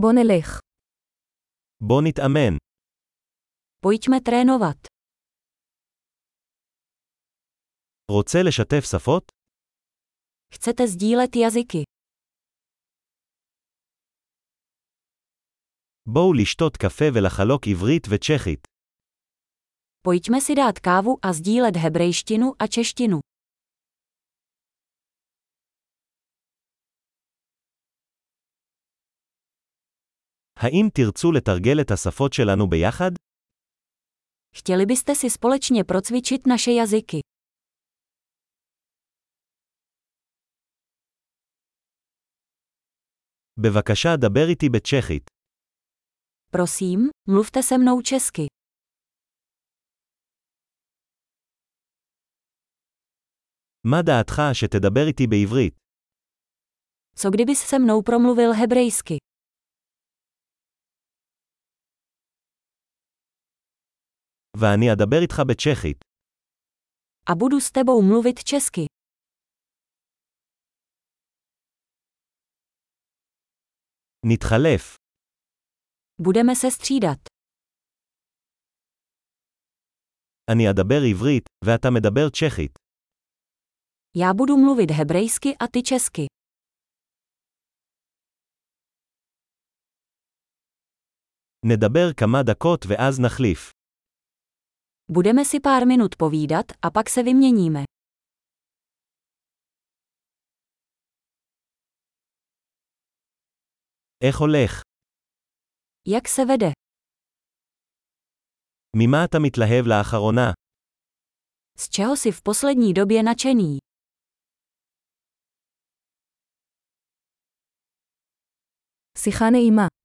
Bom nelech. בוא נתאמן. Pojďme trénovat. רוצה לשתף שפות? Chcete sdílet jazyky. בואו לשתות קפה ולחלוק עברית וצ'כית. Pojďme si dát kávu a sdílet hebrejštinu a češtinu. האם תרצו לתרגל את השפות שלנו ביחד? Chtěli byste si společně procvičit naše jazyky. בבקשה דבר איתי בצ'כית. Prosím, mluvte se mnou česky. מה דעתך שתדבר איתי בעברית? Co kdybys se mnou promluvil hebrejsky? ואני אדבר איתך בצ'כית. A budu s tebou mluvit česky. נתחלף. Budeme se střídat. אני אדבר עברית, ואתה מדבר צ'כית. Já budu mluvit hebrejsky a ty česky. נדבר כמה דקות ואז נחליף. Budeme si pár minut povídat a pak se vyměníme. איך הולך? Jak se vede? ממה אתה מתלהב לאחרונה? Z čeho jsi v poslední době nadšený? שיחה נעימה.